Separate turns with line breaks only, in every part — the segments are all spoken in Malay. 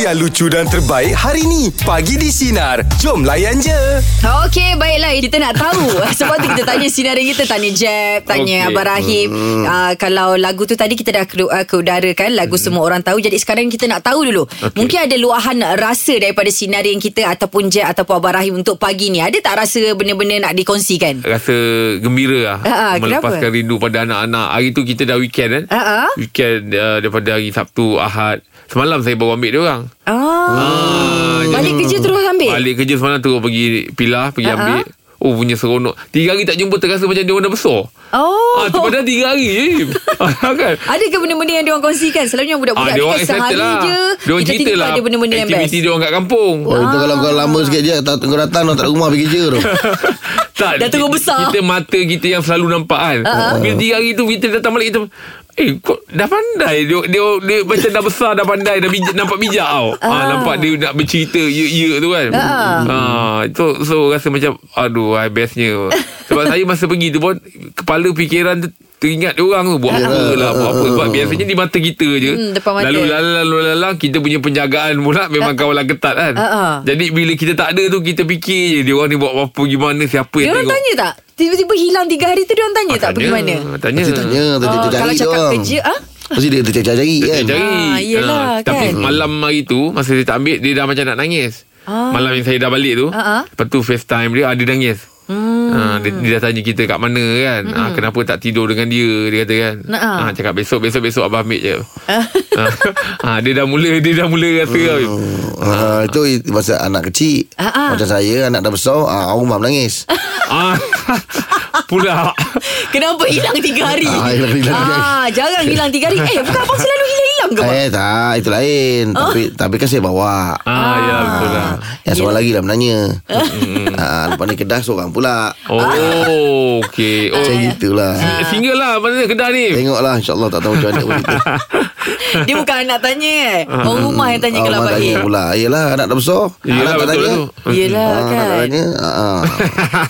yang lucu dan terbaik hari ni. Pagi di Sinar. Jom layan je.
Okey, baiklah. Eh, Kita nak tahu. Sebab tu kita tanya sinarin kita. Tanya Jeb, tanya okay.
Okey.
Abang Rahim. Hmm. Uh, kalau lagu tu tadi kita dah ke, uh, ke udara kan. Lagu hmm. semua orang tahu. Jadi sekarang kita nak tahu dulu. Okay. Mungkin ada luahan rasa daripada sinarin kita ataupun Jeb ataupun Abang Rahim untuk pagi ni. Ada tak rasa benda-benda nak dikongsikan?
Rasa gembira lah
Ah, ah, kenapa?
Melepaskan rindu pada anak-anak Hari tu kita dah weekend kan
Ah, ah.
Weekend uh, daripada hari Sabtu, Ahad Semalam saya baru ambil dia orang
Ah.
ah,
Balik kerja terus ambil?
Balik kerja semalam terus pergi pilah Pergi
Ah, ah.
ambil Oh punya seronok Tiga hari tak jumpa terasa macam dia orang dah besar
Oh.
Ah, tu padahal tiga hari je Im. Ah, kan?
Ada ke benda-benda yang diorang kongsikan? Selalunya budak-budak
Ah,
ni
dia orang
kan
excited
sehari
lah
je.
Dia orang cerita
tiba-tiba
lah
ada benda-benda yang best.
Aktiviti dia orang kat kampung
Oh, itu kalau kau lama
Ah.
sikit je tak tunggu datang dah tak ada rumah pergi kerja tu.
tak,
Dah tunggu
kita-
besar. Ah,
Kita mata kita yang selalu nampak kan uh-huh. Bila tiga hari tu Kita datang balik kita Eh kau dah pandai Dia, dia, dia macam dah besar Dah pandai Dah bijak, nampak bijak tau uh. ha, Nampak dia nak bercerita Ya-ya tu kan
Ah.
ha, so, so rasa macam Aduh ai, bestnya Sebab saya masa pergi tu pun Kepala fikiran tu Teringat dia orang tu Buat
Ya.
apa lah Buat apa Sebab biasanya di mata kita je
Ah, Hmm, depan mata.
Lalu lalu lalu lalang Kita punya penjagaan pula Memang kawalan ketat kan
Ah, ah.
Jadi bila kita tak ada tu Kita fikir je Dia orang ni buat apa Gimana Siapa
Dia
yang
orang
tengok Ah,
tanya tak? Tiba-tiba hilang tiga hari tu dia orang tanya tak pergi mana?
Tanya.
Mesti tanya, tanya
Oh,
cari
kalau cakap
doang.
kerja, ah?
Mesti dia tercari-cari kan.
Dia cari.
Ah, yelah,
Ah, Tapi
kan?
malam hari tu masa dia tak ambil dia dah macam nak nangis.
Ah.
Malam yang saya dah balik tu,
Ah, ah.
lepas tu FaceTime dia ada nangis. Hmm. Ha, dia, dia dah tanya kita kat mana kan ha, Kenapa tak tidur dengan dia Dia kata kan
Nah, ah.
ha, Cakap besok Besok besok abang ambil je ha, ha, Dia dah mula Dia dah mula rasa ah. tau.
Ha, itu i- masa anak kecil
Ah, ah.
Macam saya Anak dah besar ah, Rumah menangis
Ah, Pula
Kenapa hilang tiga hari?
Ah, hilang- hilang tiga hari.
Ah, jarang hilang tiga hari. Eh, bukan abang selalu hilang-hilang ke? Bang?
Eh tak Itu lain
Oh.
Tapi tapi kan saya bawa
ah, Ya betul lah
Yang
Ya.
seorang lagi lah menanya ha, Lepas ni kedah seorang pula
Oh okay. oh,
Macam gitulah
Eh.
Single lah Mana kedai ni
Tengoklah InsyaAllah tak tahu macam mana pun kita
Dia bukan anak tanya eh. Orang rumah yang tanya
Ah,
kalau
Orang
abang
tanya
Im.
pula Yelah anak dah besar
Yelah
Anak tak
betul
tanya
tu
Yelah
Ah,
kan.
anak tak tanya ah, ah.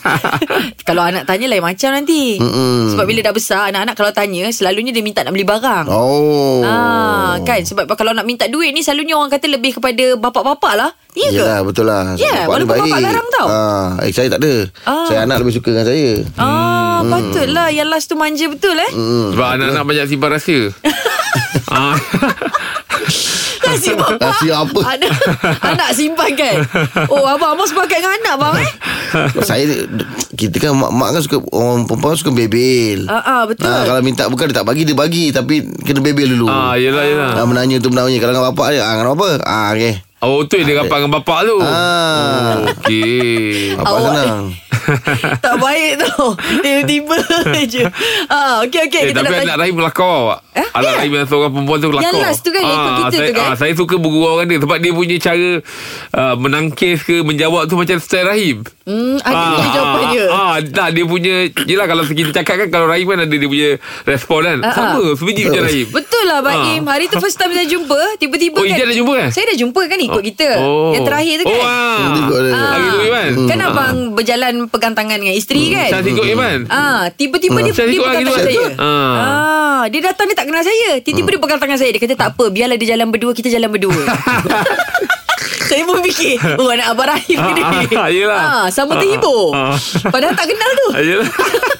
Kalau anak tanya lain macam nanti.
Mm-mm.
Sebab bila dah besar, anak-anak kalau tanya, selalunya dia minta nak beli barang.
Oh
Ah, kan sebab kalau nak minta duit ni selalunya orang kata lebih kepada bapak-bapak lah. Ya ke?
Yelah betul lah Sebab
Ya,
bapak ni
walaupun bapak larang tau.
ah, eh, Saya tak ada
Ah.
Saya anak lebih suka dengan saya
Ah,
Hmm.
patutlah yang last tu manja betul eh.
Sebab anak-anak banyak simpan rahsia
Hmm.
ah.
Kasih bapa.
Rahsia apa?
Anak, anak simpan kan? Oh, abang abang sepakat dengan anak bang eh?
Saya Kita kan mak-mak kan suka Orang perempuan suka bebel
Ah, ah, betul.
Ah, Kalau minta bukan dia tak bagi Dia bagi Tapi kena bebel dulu
ah,
ya.
Yelah yelah
Ah, menanya tu menanya Kalau dengan bapak dia ah, Dengan apa ah, okay.
Oh tu yang dia rapat dengan bapak tu
Ah.
oh, Okay
Bapak
Awak-
senang
tak baik tu. Tiba-tiba je. Ah, okey okey
Eh,
kita
tapi
nak
anak Rahim berlakar awak
Eh,
Anak
ya.
Rahim yang seorang perempuan tu berlakar
Yang last tu kan, yang ikut kita
saya,
tu kan?
ah, Saya suka bergurau dengan dia Sebab dia punya cara uh, Menangkis ke Menjawab tu macam style Rahim
Hmm, ada juga jawapan dia.
ah, Tak dia punya Yelah kalau kita cakap kan Kalau Rahim kan ada dia punya Respon kan
Ah, ah.
Sama Sebiji macam Rahim
Betul lah Abang
Ah.
Im Hari tu first time saya jumpa Tiba-tiba
Oh,
kan
Ijaz dah jumpa kan?
Saya dah jumpa kan ikut kita
oh.
Yang terakhir tu kan
Oh ah.
Dia ikut dia.
Hari tu Iman
Kan abang berjalan pegang tangan dengan isteri kan
Ah. Hmm. Saya ikut Iman
Ah, tiba-tiba dia,
Saya
dia
ikut
pegang
hari tu
tangan
kan?
saya.
Ah.
Ah, dia datang dia tak kenal saya. Tiba-tiba dia pegang tangan saya. Dia kata tak apa, biarlah dia jalan berdua, kita jalan berdua. saya pun fikir, oh anak Abang Rahim ke
Ah, ah,
ni?
yelah.
Ah, sama terhibur.
Ah, ah.
Padahal tak kenal tu.
Yelah.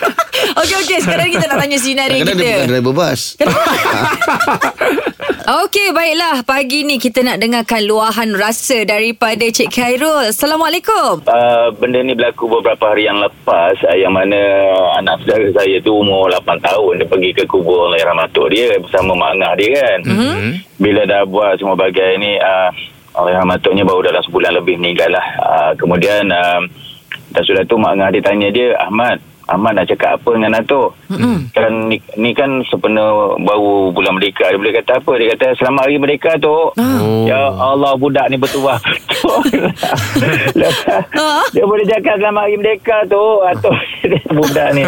Okey okey, sekarang kita nak tanya sinari
Kadang-kadang dia bukan
kita.
driver bas
Okey, baiklah. Pagi ni kita nak dengarkan luahan rasa daripada Cik Khairul. Assalamualaikum.
Uh, benda ni berlaku beberapa hari yang lepas uh, yang mana anak saudara saya tu umur 8 tahun dia pergi ke kubur leherah matuk dia bersama mak angah dia kan mm-hmm. bila dah buat semua bagai ni uh, leherah matuknya baru dalam sebulan lebih meninggal lah uh, kemudian uh, dah sudah tu mak angah dia tanya dia Ahmad Ahmad nak cakap apa dengan Atok mm-hmm. kan ni, ni kan sepena baru bulan merdeka dia boleh kata apa dia kata selamat hari merdeka Atok
Oh.
Ya Allah budak ni bertuah betul. Lepas- dia boleh cakap selamat hari merdeka Ah, tu atau budak ni.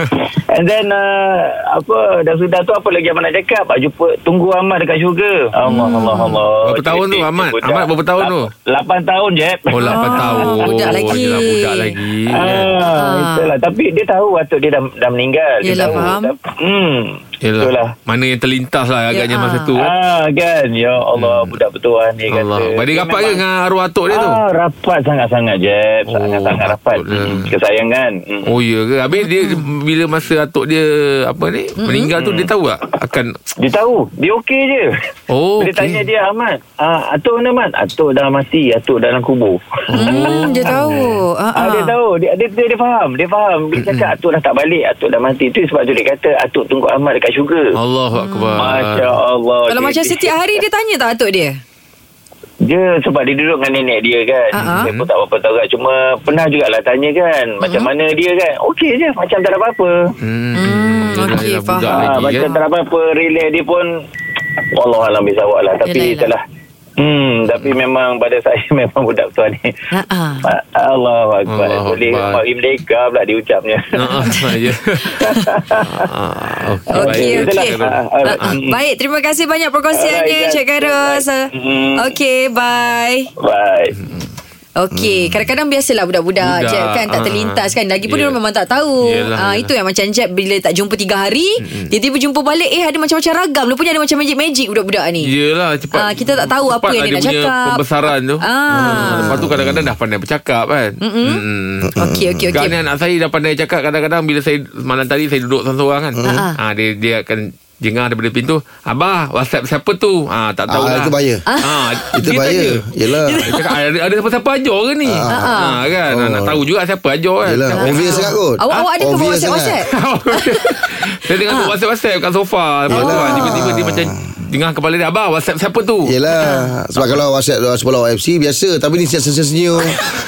And then uh, apa dah sudah tu apa lagi yang nak cakap? Ah, jumpa tunggu Ahmad dekat syurga. Allah Allah Allah.
Hmm. Berapa tahun tu,
Cantik
Ahmad?
budak.
Ahmad berapa tahun tu?
8 tahun je.
Oh 8
Ah,
tahun
budak lagi.
Yelah, Budak lagi
Ah,
kan?
itulah. Tapi dia tahu atuk dia dah, dah meninggal. Dia
Yelah,
tahu.
faham.
Hmm.
Yalah.
Betul lah.
Mana yang terlintas lah agaknya
Ya,
masa
ah.
tu. eh. Hmm.
Ah kan Ya Allah Budak bertuan ni
Allah.
kata
Badik rapat ke
memang-
dengan arwah atuk dia tu?
Ah, rapat sangat-sangat Jeb
Oh,
Sangat-sangat rapat
patutlah.
Mm, Kesayangan Mm.
Oh ya ke? Habis dia
Hmm.
bila masa atuk dia apa ni meninggal tu dia tahu tak akan
Dia tahu Dia okey je
Oh,
Dia
okey.
tanya dia Ahmad ah, Atuk mana Ahmad Atuk dah mati Atuk dalam kubur
Hmm, dia tahu. Ha,
Ah, dia
ha.
tahu dia, dia, dia, dia faham Dia faham Dia
Hmm.
cakap Atuk dah tak balik Atuk dah mati Itu sebab tu dia kata Atuk tunggu Ahmad dekat syurga
Allahu akbar.
Masya Allah
Kalau
Dia-
macam
dia-
setiap hari dia tanya tak atuk dia?
Dia sebab dia duduk dengan nenek dia kan
Ah, ah.
Dia pun tak apa-apa tahu kan Cuma pernah jugalah tanya kan Macam mana dia kan Okey je Macam tak ada apa-apa
Hmm.
Hmm,
Dia
okey,
dah- dah budak
faham.
ah,
lagi,
Macam
kan?
tak ada apa-apa Relay dia pun Allah alam bisawak lah Tapi
Yelah, yelah.
itulah Hmm, tapi memang pada saya memang budak tua ni.
Ha, ha.
Allah Akbar.
Allahu
Boleh
Akbar.
mari merdeka pula dia ucapnya.
Ah, ah, ya. Ah,
Okey, okey.
baik. Itulah.
Ah, ah,
Ha, ha. Baik, terima kasih banyak perkongsiannya
Alright,
Cik Kairos.
Mm.
Okey, bye.
Baik.
Okey, kadang-kadang biasalah budak-budak
Hmm. Budak,
Jeb kan tak
ah,
terlintas kan. Lagipun
yeah.
dia orang memang tak tahu.
Yelah,
Ah
yelah. Hmm.
itu yang macam Jeb bila tak jumpa tiga hari, tiba-tiba jumpa balik eh ada macam-macam ragam. Dia punya ada macam magic-magic budak-budak ni.
Yelah cepat
Ah, kita tak tahu apa
cepat
yang
lah
dia nak
punya
cakap.
Pembesaran tu
Ah.
Lepas tu kadang-kadang dah pandai bercakap kan Mm-mm.
Okey, okey, okey.
Kan anak saya dah pandai cakap Kadang-kadang bila saya Malam tadi saya duduk seorang-seorang kan
Ah,
ah, dia, dia akan Jengah daripada pintu Abah Whatsapp siapa tu ah, Tak tahu
Ah,
lah
itu bahaya.
ah,
Itu
dia
bahaya.
tanya.
Yelah.
Dia cakap, ada, ada siapa-siapa ajar ke ni ah, kan ah, Nak
Oh.
tahu juga siapa ajar kan
Yelah, obvious sangat kot.
Awak awak ada ke
Obvious
WhatsApp
sangat.
WhatsApp?
Saya tengah
Ah.
ha. whatsapp-whatsapp kat sofa Lepas tu
Yelah.
ah, tiba-tiba dia macam Dengar kepala dia Abah whatsapp siapa tu
Ah.
Yelah Sebab kalau WhatsApp Sebelum OFC Biasa Tapi ni senyum-senyum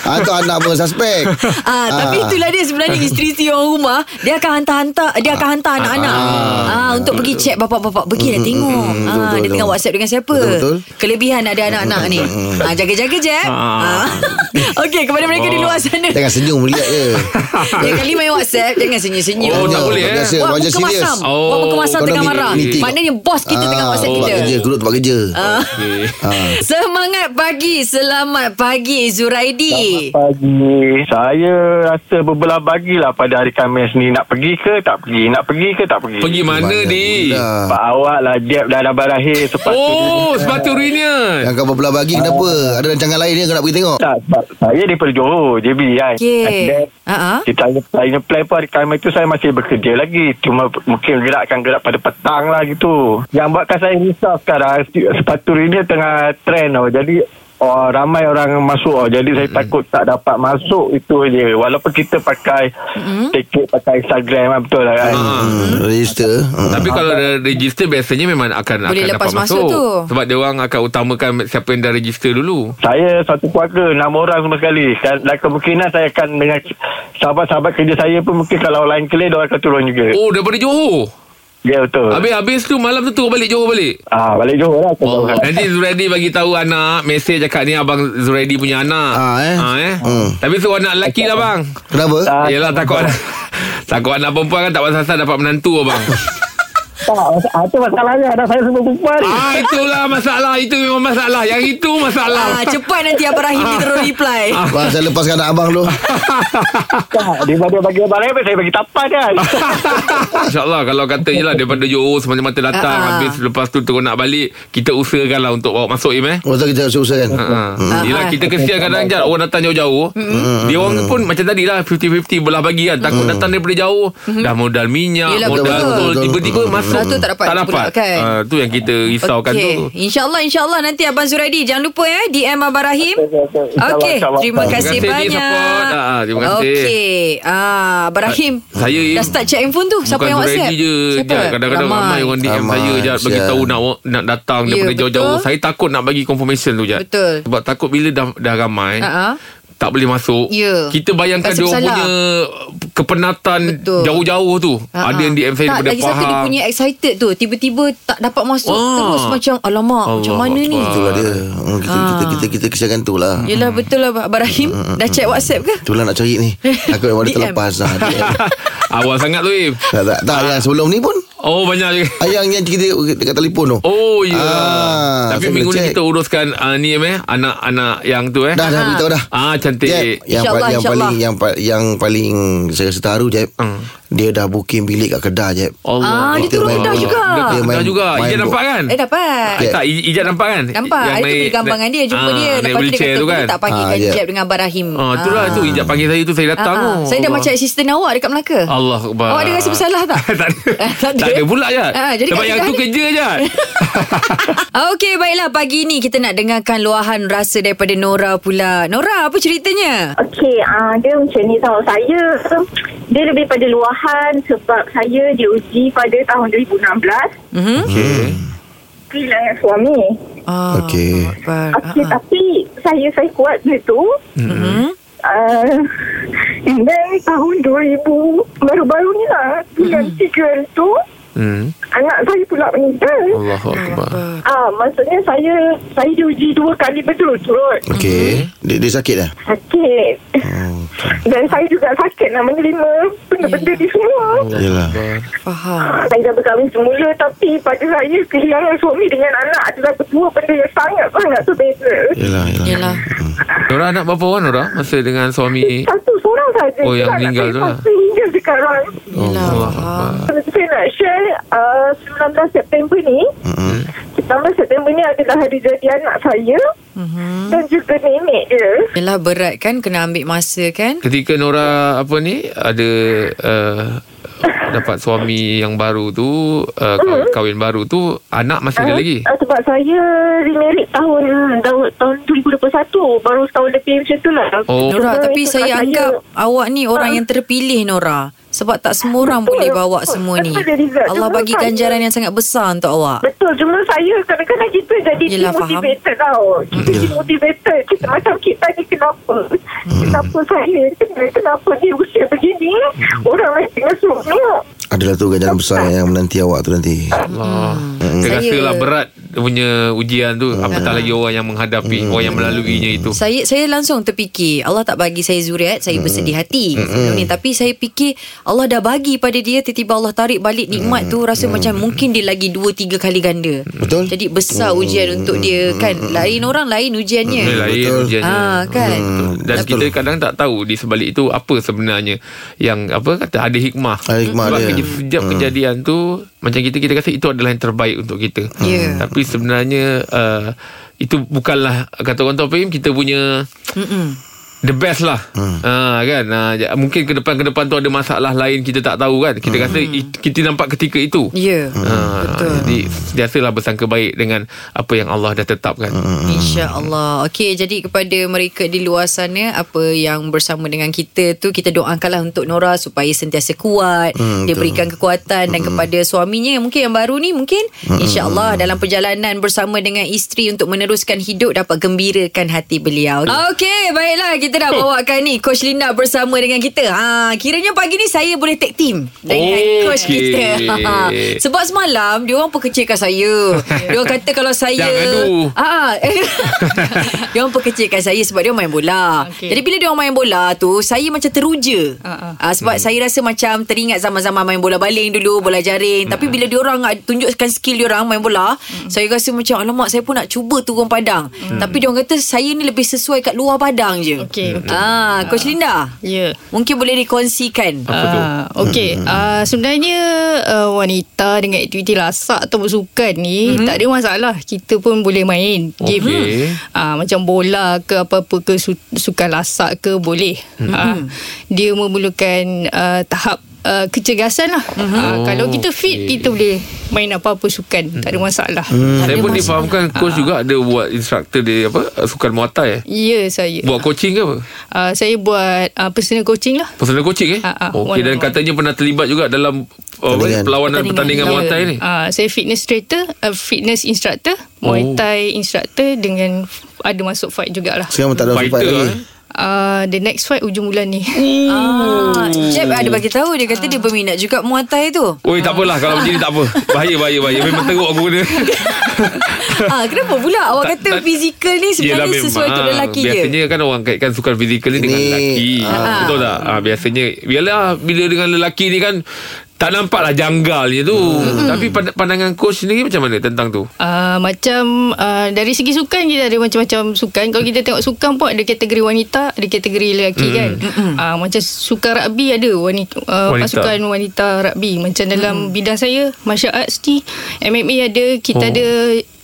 Atau anak pun suspek
Ah, tapi itulah dia sebenarnya isteri-isteri orang rumah Dia akan hantar-hantar Dia akan hantar anak-anak ah, Untuk pergi cek bapak-bapak Pergi dah tengok ah,
Hmm, betul,
Dia
betul.
tengah whatsapp dengan siapa
Betul, betul. Hmm,
Kelebihan ada anak-anak ni ah, Jaga-jaga je eh. ah.
Ah.
Okey kepada mereka di
Oh.
luar sana
Jangan senyum Melihat je
Dia kali main whatsapp Jangan senyum-senyum
Oh, tak boleh, eh.
Biasa
Buat
Macam
muka
serius
masam Ah, oh, Buat muka
Oh,
masam
kau
tengah
dah
marah
meeting.
Maknanya bos kita tengah whatsapp
Ah, tempat
kita
kerja Grup tempat kerja
Okey.
Semangat pagi Selamat pagi
Hmm.
Zuraidi
Pagi. Saya rasa berbelah bagilah pada hari Khamis ni nak pergi ke tak pergi, nak pergi ke tak pergi.
Hmm. Pergi mana
Banyak
ni?
budak.
Pak awak lah Jeb dah dah berakhir sepatu
Oh, sepatu reunion.
Yang kau berbelah bagi Kenapa Ada rancangan lain ni Kau nak pergi tengok
tak sebab saya daripada Johor JB kan
Okey Ah, ah.
kita saya plan pun hari Khamis tu saya masih bekerja lagi cuma p- mungkin gerakkan gerak pada petang lah gitu yang buatkan saya risau sekarang se- sepatu ini tengah trend tau jadi Oh, ramai orang masuk oh. Jadi saya takut tak dapat masuk Itu je Walaupun kita pakai Tiket pakai Instagram lah, Betul lah kan
Ah.
Hmm, Register Hmm.
Tapi kalau dah register biasanya memang akan
Boleh
akan
lepas
dapat
masuk
masuk.
tu.
Sebab dia orang akan utamakan siapa yang dah register dulu.
Saya satu keluarga Enam orang semua sekali Dan dan kemungkinan saya akan Dengan sahabat-sahabat kerja saya pun Mungkin kalau lain kelih Dia orang akan turun juga
Oh, daripada Johor.
Ya betul
Habis habis tu malam tu turun balik Johor balik.
Ah, Balik Johor lah saya
Oh,
tahu.
nanti Zuraidi bagi tahu anak Mesej cakap ni Abang Zuraidi punya anak
Ah, eh.
ha, eh?
Hmm.
Tapi suruh anak lelaki lah bang
Kenapa
Ah,
Yelah takut anak Takut anak perempuan kan tak pasal-pasal dapat menantu abang
Tak, mas- ah, tu masalahnya Anak saya semua perempuan
Ah itulah masalah Itu memang masalah Yang itu masalah
Ah, cepat nanti Abang Rahim ni terus reply.
Ah,
Abang saya lepaskan anak abang tu
Tak, Daripada bagi barang apa Saya bagi tapan kan
InsyaAllah kalau kata je lah Daripada Johor semata-mata datang
Ah, ah.
Habis lepas tu terus nak balik Kita usahakan lah untuk bawa masuk Im eh
Masa kita Oh, harus usahakan
Ha.
Ah, ah. Mm-hmm.
Yelah kita kesian kadang kadang Orang datang jauh-jauh Dia orang pun macam tadi lah 50-50 belah bagi kan Takut datang daripada jauh Dah modal minyak
Mm-hmm. Yelah,
Modal
betul.
betul Tiba-tiba masuk
Lepas tu tak dapat
Tak dapat
digunakan.
Ah, Tu yang kita risaukan tu
Okey. InsyaAllah, insyaAllah nanti Abang Zuraidi. Jangan lupa ya, DM Abang Rahim.
Insya-Allah,
Okey,
insya-Allah.
terima
Terima
kasih
kasih, Di,
banyak.
support. Ah, terima kasih.
Okey. Ah, Abang Rahim.
saya Im,
Dah start check handphone tu. Siapa
Bukan
yang
Zuraidi
WhatsApp?
je
Siapa?
Jad. Kadang-kadang ramai orang DM
Ramai,
saya Jad Bagi
sial.
tahu nak nak datang
Ya,
Daripada
betul.
jauh-jauh Saya takut nak bagi confirmation tu Jad
Betul.
Sebab takut bila dah, dah ramai
Ah, ah.
tak boleh masuk
Ya.
Kita bayangkan
Rasa
dia orang
bersalah.
punya Kepenatan
Betul.
Jauh-jauh tu
Ah,
Ada yang DM saya
tak,
daripada
lagi
Pahang
satu dia punya excited tu Tiba-tiba tak dapat masuk
Ah.
Terus macam Alamak Allah Macam
Allah
mana ni
Akbar. Hmm.
Itulah dia Hmm, kita, kita, kita, kita kesiankan tu lah
Yelah betul lah Abang Rahim Dah check WhatsApp ke?
Itulah nak cari ni Takut memang dia
DM.
terlepas ha, DM.
Awal sangat tu Im
Tak, tak, tak yang sebelum ni pun
Oh banyak juga
Ayang yang kita dekat telefon tu.
Oh ya
Ah,
Tapi
saya
minggu ni
boleh check.
kita uruskan uh, Ni eh Anak-anak yang tu eh
Dah
Ha.
dah beritahu dah.
Ah cantik
Jeb,
InsyaAllah,
yang, pa- yang
insyaAllah.
paling yang pa- yang paling saya rasa terharu Jeb.
Hmm.
Dia dah booking bilik kat Kedah Jeb.
Ah, dia
Kita
turun
main
dah
bola.
juga.
Dia
Ah, Dah
main-
juga
main
Ijat
bola.
nampak kan
Eh dapat
Eh, tak I- Ijat nampak kan
Nampak
Yang
Ada tu gambangan dia Jumpa
Ah,
dia Lepas
Naik
tu dia
wheelchair
kata
tu kan
Tak panggilkan
Ah, ya.
Jeb dengan Abang Rahim
Ah, tu lah tu Ijat panggil saya tu Saya
Ah,
datang
ah.
tu
Saya dah
Allah.
macam assistant awak Dekat Melaka
Allah Akbar
Awak ada rasa bersalah tak?
tak ada
Tak ada.
Tak ada pula je
Ah, jadi
Sebab
kat
yang
kedai
tu
ni-
kerja je
Okey baiklah Pagi ni kita nak dengarkan Luahan rasa daripada Nora pula Nora apa ceritanya?
Okey, uh, dia macam ni tau. Saya, dia lebih pada luahan sebab saya diuji pada tahun 2016
Mhm.
Okay
kehilangan suami.
Ah,
Okey.
Akbar.
Okey,
Ah, ah.
tapi saya, saya kuat benda tu.
Mhm.
Uh, and then tahun 2000, baru-baru ni lah, bulan April tu,
Hmm.
anak saya pula meninggal.
Allah Akbar
Ah, maksudnya saya saya diuji dua kali berturut-turut.
Okey.
Hmm.
Dia, dia sakit dah.
Sakit.
Oh.
Dan saya juga sakit nak menerima benda-benda
Ya.
ni semua.
Yalah.
Faham.
Saya dah berkahwin semula tapi pada saya kehilangan suami dengan anak adalah berdua benda yang sangat-sangat berbeza.
Yalah, Hmm,
Yalah.
yalah.
Nora anak berapa orang Nora Masa dengan suami
Satu seorang saja.
Eh. Oh, yang
Anak
meninggal
saya
tu lah.
Masih hingga sekarang.
Yalah.
Allah
Ah.
Akbar
Saya nak share uh, 19 September ni.
Mm-mm.
19 September ni adalah hari jadi anak saya
Mhm.
dan juga nenek dia.
Yalah berat kan kena ambil masa kan?
Ketika Nora apa ni ada uh, dapat suami yang baru tu uh, kahwin, kahwin baru tu anak masih ada lagi.
Ah, sebab saya remarried tahun tahun 2021 baru setahun lebih macam tu lah.
Oh.
Nora
Sebab
tapi
itu
saya
kat
anggap awak ni orang
Ah.
yang terpilih Nora sebab tak semua orang
Betul.
boleh bawa semua ni.
Betul, Rizal.
Allah
Betul,
bagi
saya-
ganjaran yang sangat besar untuk awak.
Betul cuma saya kadang-kadang kita jadi
Yelah,
Yelah, demotivated tau. Kita demotivated. Kita macam kita ni kenapa? Kenapa saya? Kenapa, kenapa di usia begini? Orang lain tengah seronok.
Adalah tu ganjaran besar yang menanti awak tu nanti.
Allah. Saya rasa
Hmm. Saya- Hmm.
lah berat dia punya ujian tu apatah lagi orang yang menghadapi orang yang melaluinya itu.
Saya saya langsung terfikir Allah tak bagi saya zuriat Saya
Hmm.
bersedih hati sebelum ni Tapi saya fikir Allah dah bagi pada dia Tiba-tiba Allah tarik balik
Hmm.
nikmat tu Rasa macam mungkin dia lagi Dua tiga kali ganda
Hmm.
Betul.
Jadi besar ujian untuk dia kan Lain orang lain ujiannya
Dia lain
Betul.
ujiannya.
Ah kan
Betul. Dan
Hmm. Betul.
kita kadang tak tahu di sebalik itu apa sebenarnya yang apa kata ada hikmah.
Ada hikmah
Sebab
dia.
keje- setiap
Hmm.
kejadian tu macam kita kita kata itu adalah yang terbaik untuk kita.
Ya.
Tapi sebenarnya uh, itu bukanlah kata orang tu apa Im, kita punya
Mm-mm.
The best lah hmm. ha, kan ha, ja- Mungkin ke depan-ke depan tu ada masalah lain Kita tak tahu kan Kita
Hmm.
kata it, Kita nampak ketika itu
Ya
ha,
Betul.
Jadi Biasalah bersangka baik Dengan apa yang Allah dah tetapkan hmm.
InsyaAllah Okey jadi kepada mereka di luar sana Apa yang bersama dengan kita tu Kita doakanlah untuk Nora Supaya sentiasa kuat
Mm,
Hmm,
Dia
betul.
berikan kekuatan Dan kepada suaminya Mungkin yang baru ni Mungkin InsyaAllah dalam perjalanan Bersama dengan isteri Untuk meneruskan hidup Dapat gembirakan hati beliau Okey baiklah Kita dah bawakan ni Coach Linda bersama dengan kita ha, Kiranya pagi ni saya boleh tag team Dengan
Okey.
coach kita Sebab semalam Dia orang perkecilkan saya Dia orang kata kalau saya
Jangan adu.
Ah, eh. dia orang perkecilkan saya sebab dia orang main bola. Okay.
Okey.
Jadi bila dia orang main bola tu, saya macam teruja.
Ah,
Ah, sebab saya rasa macam teringat zaman-zaman main bola baling dulu, bola jaring. Tapi bila dia orang tunjukkan skill dia orang main bola,
Hmm.
saya rasa macam alamak saya pun nak cuba turun padang. Tapi dia orang kata saya ni lebih sesuai kat luar padang je.
Okey, okey.
Ah, Coach Linda.
Ya.
Mungkin boleh dikongsikan.
Apa tu?
Ah,
Hmm,
Okey, ah, sebenarnya ah, wanita dengan aktiviti lasak atau bersukan ni tak ada masalah. Kita pun boleh main game.
Hmm. Okey.
Ah, macam bola ke apa-apa ke su- sukan lasak ke boleh.
Hmm.
Ah, dia memerlukan ah, tahap Uh, kecergasan lah uh,
Oh,
Kalau kita fit
okey. Hmm.
Kita boleh main apa-apa sukan Tak ada masalah
Saya pun difahamkan Coach juga ada buat Instructor dia apa Sukan Muay Thai eh?
Ya saya
Buat coaching ke apa?
uh, Saya buat uh, Personal coaching lah
Personal coaching eh?
Ah, ah,
Okey
one
dan
on one.
katanya pernah terlibat juga dalam uh,
Pertandingan.
Perlawanan pertandingan
Pertandingan.
Muay Thai ni
Uh, saya fitness trainer, uh, fitness instructor,
Oh.
Muay Thai instructor dengan f- ada masuk fight jugalah.
Sekarang tak ada sempat
Fighter
lagi.
eh?
Uh, the next fight hujung bulan ni.
Ah, Jeb ada bagi tahu dia kata dia berminat juga Muay Thai tu.
Oi tak apalah Kalau begini tak apa Bahaya bahaya bahaya Memang teruk aku kena
ah, kenapa pula awak kata
tak-
fizikal ni sebenarnya
Yelah,
sesuai untuk lelaki
biasanya
je?
Biasanya kan orang kaitkan sukan fizikal ni dengan
Ini,
lelaki.
ah.
Betul tak? Ah, biasanya biarlah bila dengan lelaki ni kan tak nampaklah janggal je tu. Hmm. Tapi pand- pandangan coach sendiri macam mana tentang tu?
Uh, macam uh, dari segi sukan kita ada macam-macam sukan kalau kita tengok sukan pun ada kategori wanita ada kategori lelaki mm. kan uh, macam sukan rugby ada wanita, uh,
Wanita.
pasukan wanita rugby macam dalam bidang saya martial arts ni MMA ada
Oh.
kita oh. ada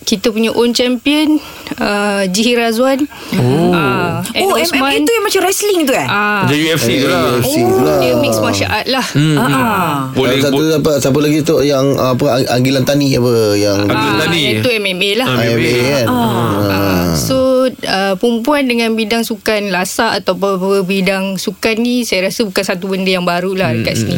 kita punya own champion uh, Jihir Razwan oh, uh,
Oh MMA tu yang macam wrestling tu eh
uh,
Macam UFC tu lah.
UFC
Oh,
tu lah.
dia mix martial art lah
Hmm.
Ah, ah.
Boleh
Boleh, satu
bo-
apa siapa lagi tu yang ah, apa ang- anggilan tani apa yang
Anggilan
Ah,
Tani.
Itu MMA lah
Ah,
IMA kan. Ah.
Ah, So uh, perempuan dengan bidang sukan lasak atau apa-apa bidang sukan ni saya rasa bukan satu benda yang baru lah
Hmm,
dekat sini.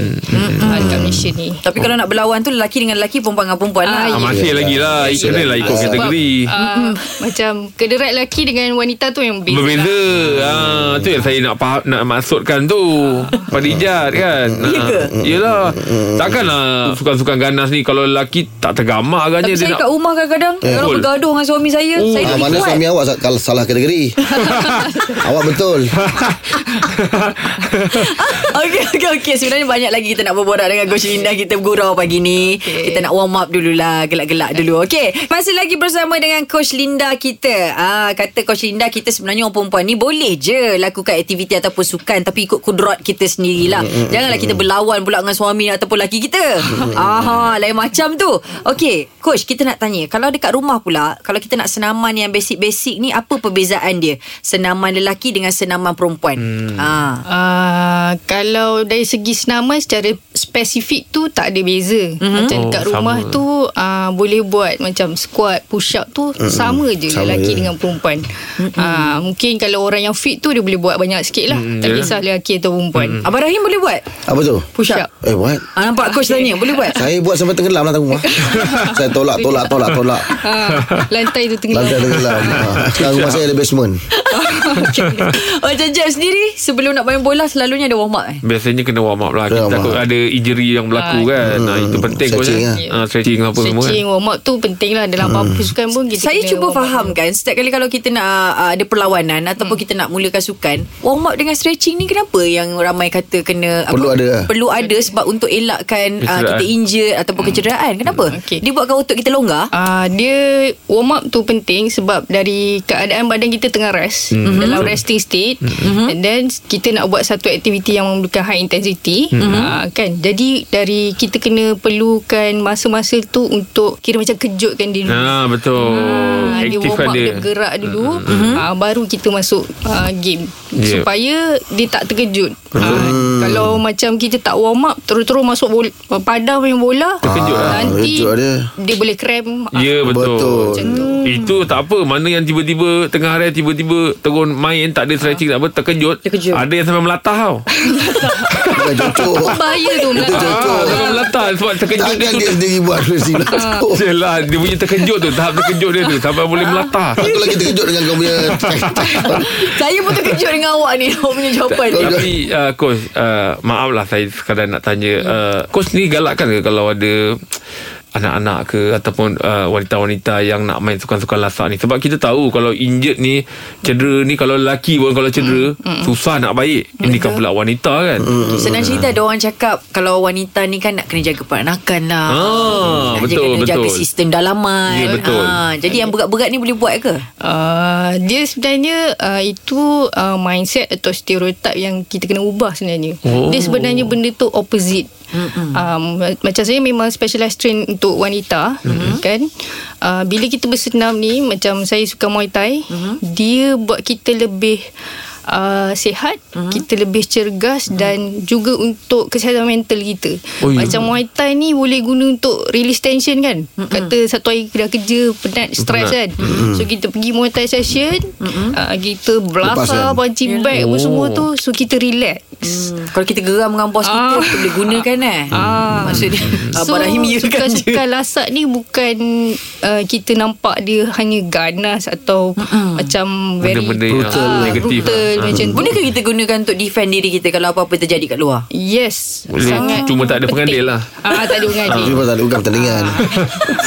Ah, dekat Malaysia ni.
Tapi kalau nak berlawan tu Lelaki dengan lelaki Perempuan dengan perempuan lah
Ah, masih lagi lah. Kena lah ikut
Sebab,
kategori.
Uh, macam kederat lelaki dengan wanita tu yang lah. berbeza.
Berbeza ha, Tu yang saya nak faham, nak maksudkan tu Pada Ijat kan
Ya ke?
ha, Yelah Takkanlah Sukan-sukan ganas ni Kalau lelaki tak tergamak
Tapi
agaknya dia
saya
nak Eh.
kat rumah kadang-kadang Kalau
Betul.
bergaduh dengan suami saya
Oh.
Saya
Ah,
tak
mana
kuat
suami awak sa- kalau salah kategori. awak betul.
Okey okey okey sebenarnya banyak lagi kita nak berborak dengan Coach Linda kita bergurau pagi ni. Okay.
Okey.
Kita nak warm up dululah, gelak-gelak dulu. Okey. Masih lagi bersama dengan Coach Linda kita. Ah kata Coach Linda kita sebenarnya orang perempuan ni boleh je lakukan aktiviti ataupun sukan tapi ikut kudrat kita sendirilah. Janganlah kita berlawan pula dengan suami ataupun laki kita. Aha, lain macam tu. Okey, coach kita nak tanya, kalau dekat rumah pula, kalau kita nak senaman yang basic-basic ni apa perbezaan dia? Senaman lelaki dengan senaman perempuan. Ah.
Uh, kalau dari segi senaman secara spesifik tu tak ada beza. Mm-hmm. Macam
Oh,
dekat
sama.
rumah tu uh, boleh buat macam squat, push up tu
Hmm,
mm-hmm. sama je
Sama
sama lelaki
je.
dengan perempuan. Mm-hmm. Uh, mungkin kalau orang yang fit tu dia boleh buat banyak sikit lah. Mm, tak
ya. Hmm,
kisah lelaki atau
Hmm.
perempuan. Mm.
Abang Rahim boleh buat?
Apa tu?
Push up.
Eh what?
Ah, nampak coach tanya Boleh buat?
Saya buat sampai tenggelam lah tanggung rumah. Saya tolak, tolak, tolak, tolak.
Ha, lantai tu tenggelam.
Lantai tenggelam. Ah, Sekarang rumah saya ada basement.
Macam Oh, Jeb sendiri Sebelum nak main bola Selalunya ada warm up eh
Biasanya kena warm up lah Kita
Kena warm
takut
up.
ada injury yang berlaku kan ha, Itu penting
Stretching
coach, eh? ha, Stretching apa semua kan?
lah. Ya. Stretching, warm up tu penting lah. Dalam apa-apa sukan pun kita
saya
kena
cuba
warm up. Hmm.
fahamkan Setiap kali kalau kita nak uh, Ada perlawanan Ataupun kita nak mulakan sukan Warm up dengan stretching ni Kenapa yang ramai kata Kena
Perlu ada. ah.
Perlu ada Sebab untuk elakkan uh,
Kecederaan.
Kita injure
Hmm.
Ataupun kecederaan Kenapa?
Hmm, Okey.
Dia buatkan otot kita longgar
Uh, dia warm up tu penting sebab dari keadaan badan kita tengah rest mm-hmm. dalam
Hmm.
resting state mm-hmm. and then kita nak buat satu aktiviti yang memerlukan high intensity mm-hmm. uh, kan jadi dari kita kena perlukan masa-masa tu untuk kira macam kejutkan diri
Ha, betul
Ah, dia warm
Aktifkan
up, dia
dia
bergerak dulu mm-hmm. uh, Baru kita masuk uh, game
Yeah.
yeah. Supaya dia tak terkejut uh, Kalau macam kita tak warm up Terus-terus masuk bola, padam main bola ah,
Terkejut lah.
Nanti
Terkejut dia.
dia. dia boleh krem
Ya betul,
Betul.
Macam tu.
Itu tak apa Mana yang tiba-tiba Tengah hari tiba-tiba Terus main Tak ada stretching tak apa Terkejut
Terkejut.
Ada yang sampai melatah tau
Bukan cocok.
Bahaya tu
Itu
Melaka.
cocok.
Ah, Sampai melatah Sebab terkejut dia
Takkan
tu
dia sendiri buat Mesti
Ah.
melatuk.
Yelah Dia punya terkejut tu Tahap terkejut dia tu Sampai boleh melatah
Aku lagi terkejut dengan kau punya
Saya pun terkejut dengan awak ni Awak punya jawapan ni
Tapi uh, Coach uh, Maaf lah saya sekadar nak tanya uh, Coach ni galakkan ke kalau ada Anak-anak ke Ataupun uh, wanita-wanita yang nak main sukan-sukan lasak ni Sebab kita tahu kalau injured ni Cedera ni kalau lelaki pun kalau cedera Susah nak baik Ini kan pula wanita kan
Senang cerita ada orang cakap Kalau wanita ni kan Nak kena jaga peranakan lah
Ah,
Nak
betul,
kena jaga
betul.
sistem dalaman
Ya, betul.
Ah, Jadi yang berat-berat ni boleh buat ke?
Uh, dia sebenarnya uh, itu uh, mindset atau stereotip yang kita kena ubah sebenarnya.
Oh.
Oh. Dia sebenarnya benda tu opposite. Um, ma- macam saya memang specialized train untuk wanita mm-hmm. kan. Uh, bila kita bersenam ni macam saya suka Muay Thai, mm-hmm. dia buat kita lebih Uh, sihat mm-hmm. kita lebih cergas mm-hmm. dan juga untuk kesihatan mental kita
Oh,
oh,
ya.
macam Muay Thai ni boleh guna untuk release tension kan mm-hmm. kata satu hari dah kerja penat
Penat.
stress kan mm-hmm. so kita pergi Muay Thai session mm-hmm. uh, kita
Lepaskan.
belasah punching bag apa
Oh.
semua tu so kita relax
Hmm, kalau kita geram dengan bos kita,
Ah.
kita boleh gunakan eh.
Ah.
Maksudnya,
Hmm.
Abang Rahim
sukan,
yurkan je.
sukan lasak ni bukan uh, kita nampak dia hanya ganas atau mm macam very
Benda-benda yang
brutal, ah,
negatif.
brutal
Ah.
macam tu.
Boleh ke kita gunakan untuk defend diri kita kalau apa-apa terjadi kat luar?
Yes
Boleh.
sangat
Cuma tak ada
penting.
pengadil lah.
ah, Tak ada pengadil
Dia pun tak ada bukan
Ah.
pertandingan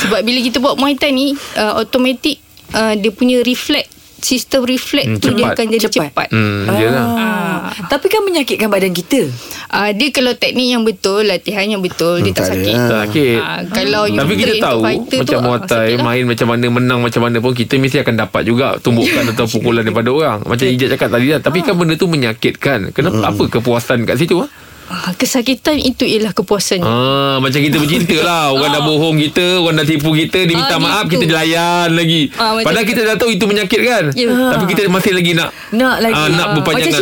Sebab bila kita buat Muay Thai ni uh, Automatik uh, Dia punya reflect sistem reflect
Hmm,
tu dia
cepat.
akan jadi
Cepat.
cepat.
Hmm, yalah.
Ah. Tapi kan menyakitkan badan kita.
Uh, dia kalau teknik yang betul, latihan yang betul, dia
tak ada.
tak sakit.
Tak
Ah.
lah. sakit.
Ah, kalau you
Tapi kita
train
tahu
untuk fighter
macam
tu, ah,
Muay Thai
sakit lah.
main macam mana menang macam mana pun kita mesti akan dapat juga tumbukan atau pukulan daripada orang. Macam Ijat cakap tadi lah. Tapi kan benda tu menyakitkan. Kenapa
Hmm.
apa kepuasan kat situ ah?
Ah, kesakitan itu ialah kepuasan.
Ah, macam kita bercinta lah Orang dah bohong kita Orang dah tipu kita Dia minta
Ah,
maaf
gitu.
Kita layan lagi
Ah, macam
Padahal kita dah tahu Itu menyakitkan
Ya.
Tapi kita masih lagi nak
Nak lagi.
ah, Nak berpanjangan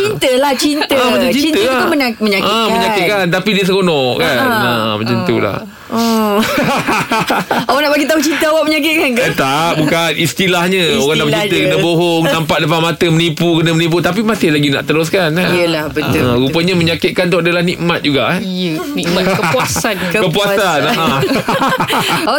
Macam cinta lah,
Ya,
cinta.
Ah, macam cinta,
tu
lah.
kan mena- menyakitkan.
ah, Menyakitkan Tapi dia seronok kan
Ah.
ah, Macam tu lah
Oh.
Ah.
awak nak bagi tahu cinta awak menyakitkan ke?
Eh, tak, bukan istilahnya. Orang dah
Istilah
bercerita
dia.
kena bohong, nampak depan mata menipu, kena menipu tapi masih lagi nak teruskan. Kan?
Yelah, betul,
Ah,
betul.
rupanya menyakitkan tu adalah nikmat juga eh.
Ya, nikmat kepuasan.
Kepuasan. ah.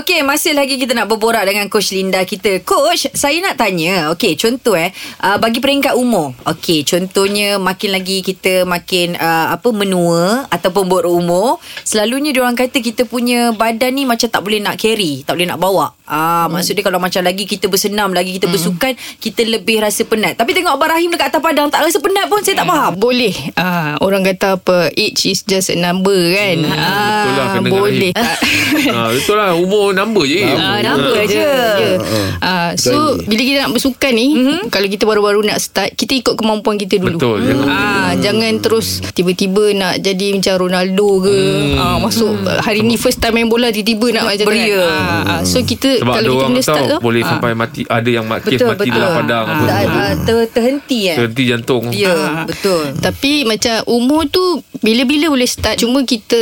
Okey, masih lagi kita nak berborak dengan Coach Linda kita. Coach, saya nak tanya. Okey, contoh eh, uh, bagi peringkat umur. Okey, contohnya makin lagi kita makin uh, apa menua ataupun berumur, selalunya diorang kata kita punya badan ni macam tak boleh nak carry, tak boleh nak bawa. Ah, hmm. maksud dia kalau macam lagi kita bersenam, lagi kita hmm. bersukan, kita lebih rasa penat. Tapi tengok Abang Rahim dekat atas padang tak rasa penat pun saya tak faham.
Boleh. Ah, orang kata apa age is just a number kan. Hmm,
betul lah, kena
boleh.
dengan ah, betul lah, umur number je.
Ah,
Ah,
number
je.
je. je.
ah.
Ah, so
Betul.
bila kita nak bersukan ni, mm-hmm. kalau kita baru-baru nak start, kita ikut kemampuan kita
Mhm.
dulu.
Betul, jangan-
Ah, jangan
Hmm.
terus tiba-tiba nak jadi macam Ronaldo ke.
Hmm.
Ah, masuk
Hmm.
hari ni first time main bola tiba-tiba nak macam tu kan.
Beria.
Ah, ah, so kita
Sebab ada
kalau kita
orang
mula start
tahu
tu,
boleh
ah,
sampai mati ada yang mati kes
Betul
mati
betul.
dalam padang apa
Tak,
semua.
ah, ter, terhenti eh.
Berhenti jantung.
Ya,
Ah.
betul.
Tapi macam umur tu bila-bila boleh start cuma kita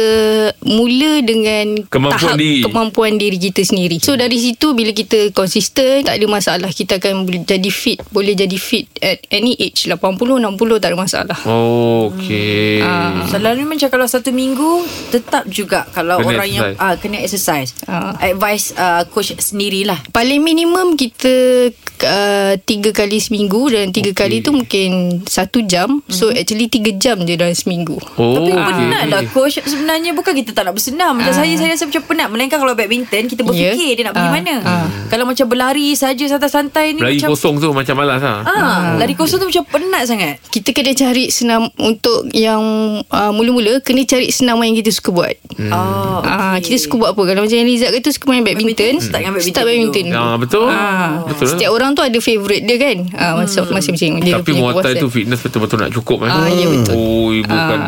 mula dengan
Kemampuan
tahap
diri.
kemampuan diri kita sendiri. So dari situ bila kita konsisten tak ada masalah kita akan boleh jadi fit, boleh jadi fit at any age 80 60 tak ada masalah.
Oh, okey.
Ah.
Selalu Hmm. macam kalau satu minggu Tetap juga Kalau
Kena
kena orang exercise. yang
exercise.
uh, Kena exercise uh.
Ah.
Advice uh, coach sendirilah
Paling minimum kita uh, tiga kali seminggu dan tiga okay. kali tu mungkin satu jam. So
Mhm.
actually tiga jam je dalam seminggu.
Oh,
Tapi
okey.
penat lah coach Sebenarnya bukan kita tak nak bersenam Macam saya Saya rasa macam penat Melainkan kalau badminton Kita berfikir
Ya.
dia nak pergi
Ah,
mana Kalau macam berlari saja Santai-santai ni
Lari
macam
kosong tu macam malas ah.
Ah, lari kosong tu macam penat sangat
kita kena cari senam untuk yang uh, mula-mula kena cari senaman yang kita suka buat. Hmm.
Oh,
Ah,
okey.
kita suka buat apa? Kalau macam yang Lizard kata suka main
Badminton,
badminton,
start dengan badminton
Start badminton.
Ah, betul. Betul. eh?
Setiap orang tu ada favourite dia kan.
Hmm.
Ah, masa masing-masing dia
Tapi
punya
Muay Thai
kepuasan.
tu fitness betul-betul nak cukup eh.
Ah, ya, betul. Ah.
Oi, bukan.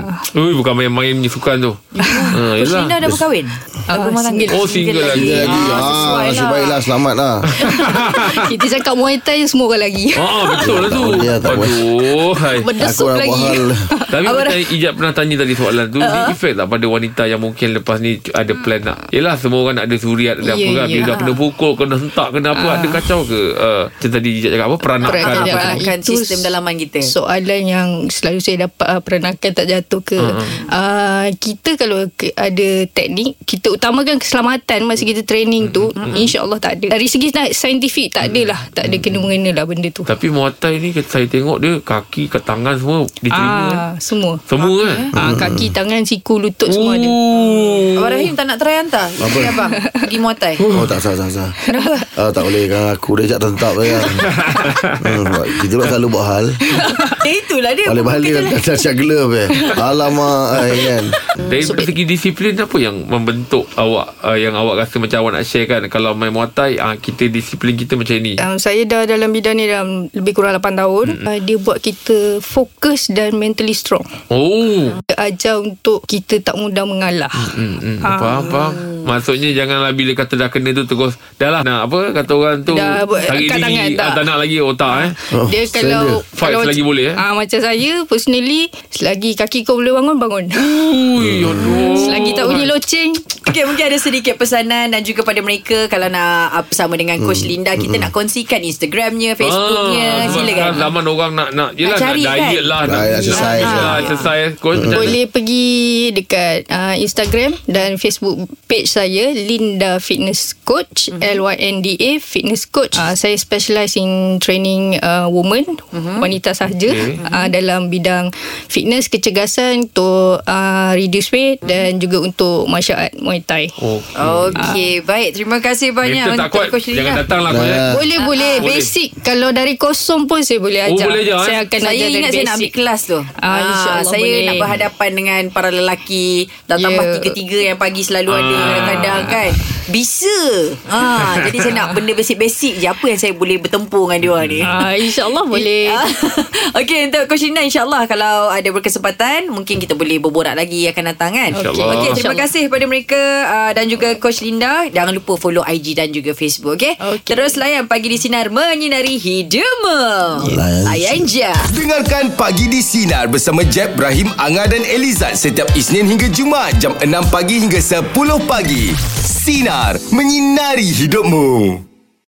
Oi, bukan main-main punya sukan tu. Ha,
Coach
yalah.
Linda dah berkahwin?
Ah,
Rumah tangga?
single.
Oh, single lagi.
Dia lagi
Ah,
ah,
sesuai lah.
Sebaiklah selamat lah
kita cakap Muay Thai semua orang lagi.
Ah, betul lah tu.
Tak boleh lah, tak boleh.
Aduh, hai.
Aku
Berdesuk
nak buat
lagi.
hal
Tapi
Abang
macam
dah-
Ijab pernah tanya tadi soalan
Ah,
tu Dia efek tak pada wanita yang mungkin lepas ni Ada plan nak Yelah semua orang nak ada suriat Ada
Hmm. Ya,
apa kan
ya. Ah.
Bila dah kena pukul Kena hentak Kena apa Ada kacau ke uh, Macam tadi Ijab cakap apa Peranakan
Peranakan,
apa
peranakan.
semua.
Peranakan
Itu
sistem dalaman kita
Soalan yang selalu saya dapat ah, peranakan tak jatuh ke.
Hmm,
Uh-huh. Uh, kita kalau ke, ada teknik, kita utamakan keselamatan masa kita training tu,
Hmm,
uh-huh. insya-Allah tak ada. Dari segi nak saintifik tak adalah, tak ada kena mengena lah benda tu.
Hmm. Tapi Muay Thai ni Saya tengok dia Kaki kat tangan semua Diterima
Ah, semua.
Semua kan
Ah, kaki, tangan, siku, lutut semua ada.
Ooh.
Abang Rahim tak nak try hantar Apa? Abang Pergi Muay Thai
Oh tak salah, salah, salah. Ah, tak boleh kan aku dah jatuh tentap kan. hmm, buat- kita pula selalu buat hal.
Eh itulah dia
Balik-balik dah dah siap gelap eh. Alamak ai, kan.
Dari so, segi disiplin apa yang membentuk awak uh, yang awak rasa macam awak nak share kan kalau main Muay Thai uh, kita disiplin kita macam ni.
Um, saya dah dalam bidang ni dalam lebih kurang 8 tahun. Mm-hmm. Uh, dia buat kita fokus dan mentally strong.
Oh.
Dia ajar untuk kita tak mudah mengalah.
Hmm, hmm. Faham, faham. Maksudnya janganlah bila kata dah kena tu terus dah lah nak apa kata orang tu
Dah buat-
tarik
angkat tangan,
diri
tak?
ah, tak nak lagi otak eh.
Oh,
Dia kalau
saya
Fight selagi
macam-
boleh, eh?
ah, Macam saya Personally Selagi kaki kau boleh bangun Bangun
Ui, aduh.
Selagi tak bunyi loceng
Okay, mungkin ada sedikit pesanan dan juga pada mereka kalau nak uh, bersama dengan Coach Linda kita nak kongsikan Instagramnya, Facebooknya,
Hmm. Ah, sebab
silakan.
sekarang zaman orang nak nak yelah nak,
kan? cari,
nak diet ya.
kan?
lah
Nak exercise
nak
lah.
exercise coach macam mana?
Boleh pergi Dekat uh, Instagram Dan Facebook Facebook page saya Linda Fitness Coach mm-hmm. L-Y-N-D-A Fitness Coach uh, Saya specialise in training uh, woman mm-hmm. Wanita sahaja mm-hmm. uh, Dalam bidang fitness, kecergasan Untuk uh, reduce weight Dan juga untuk masyarakat Muay Thai
Oh.
Okey, baik. Terima kasih banyak
Kereta tak kuat
Coach lah. Lina.
Jangan datanglah Coach
Nah.
eh.
Boleh boleh
boleh.
Basic Kalau dari kosong pun saya boleh
Oh,
ajar
boleh ajar, eh?
Saya akan
saya
ajar dari
ingat saya
basic
nak ambil kelas tu.
Ah, insyaAllah
saya
boleh.
nak berhadapan dengan para lelaki dah
Ya.
tambah tiga-tiga yang pagi selalu ada
Ah.
kadang-kadang kan. Bisa. Ah, jadi saya nak benda basic-basic je apa yang saya boleh bertempur dengan dia orang ni.
Ah, InsyaAllah boleh
Ah, Okey untuk Coach Lina InsyaAllah Kalau ada berkesempatan Mungkin kita boleh berborak lagi Yang akan datang kan
InsyaAllah.
Okey terima
InsyaAllah.
kasih kepada mereka uh, Dan juga Coach Linda Jangan lupa follow IG dan juga Facebook Okey
Okey.
Terus layan Pagi di Sinar Menyinari hidupmu
Layan je.
Layan je
Dengarkan Pagi di Sinar bersama Jeb, Ibrahim, Anga dan Elizad setiap Isnin hingga Jumaat jam 6 pagi hingga 10 pagi. Sinar, menyinari hidupmu.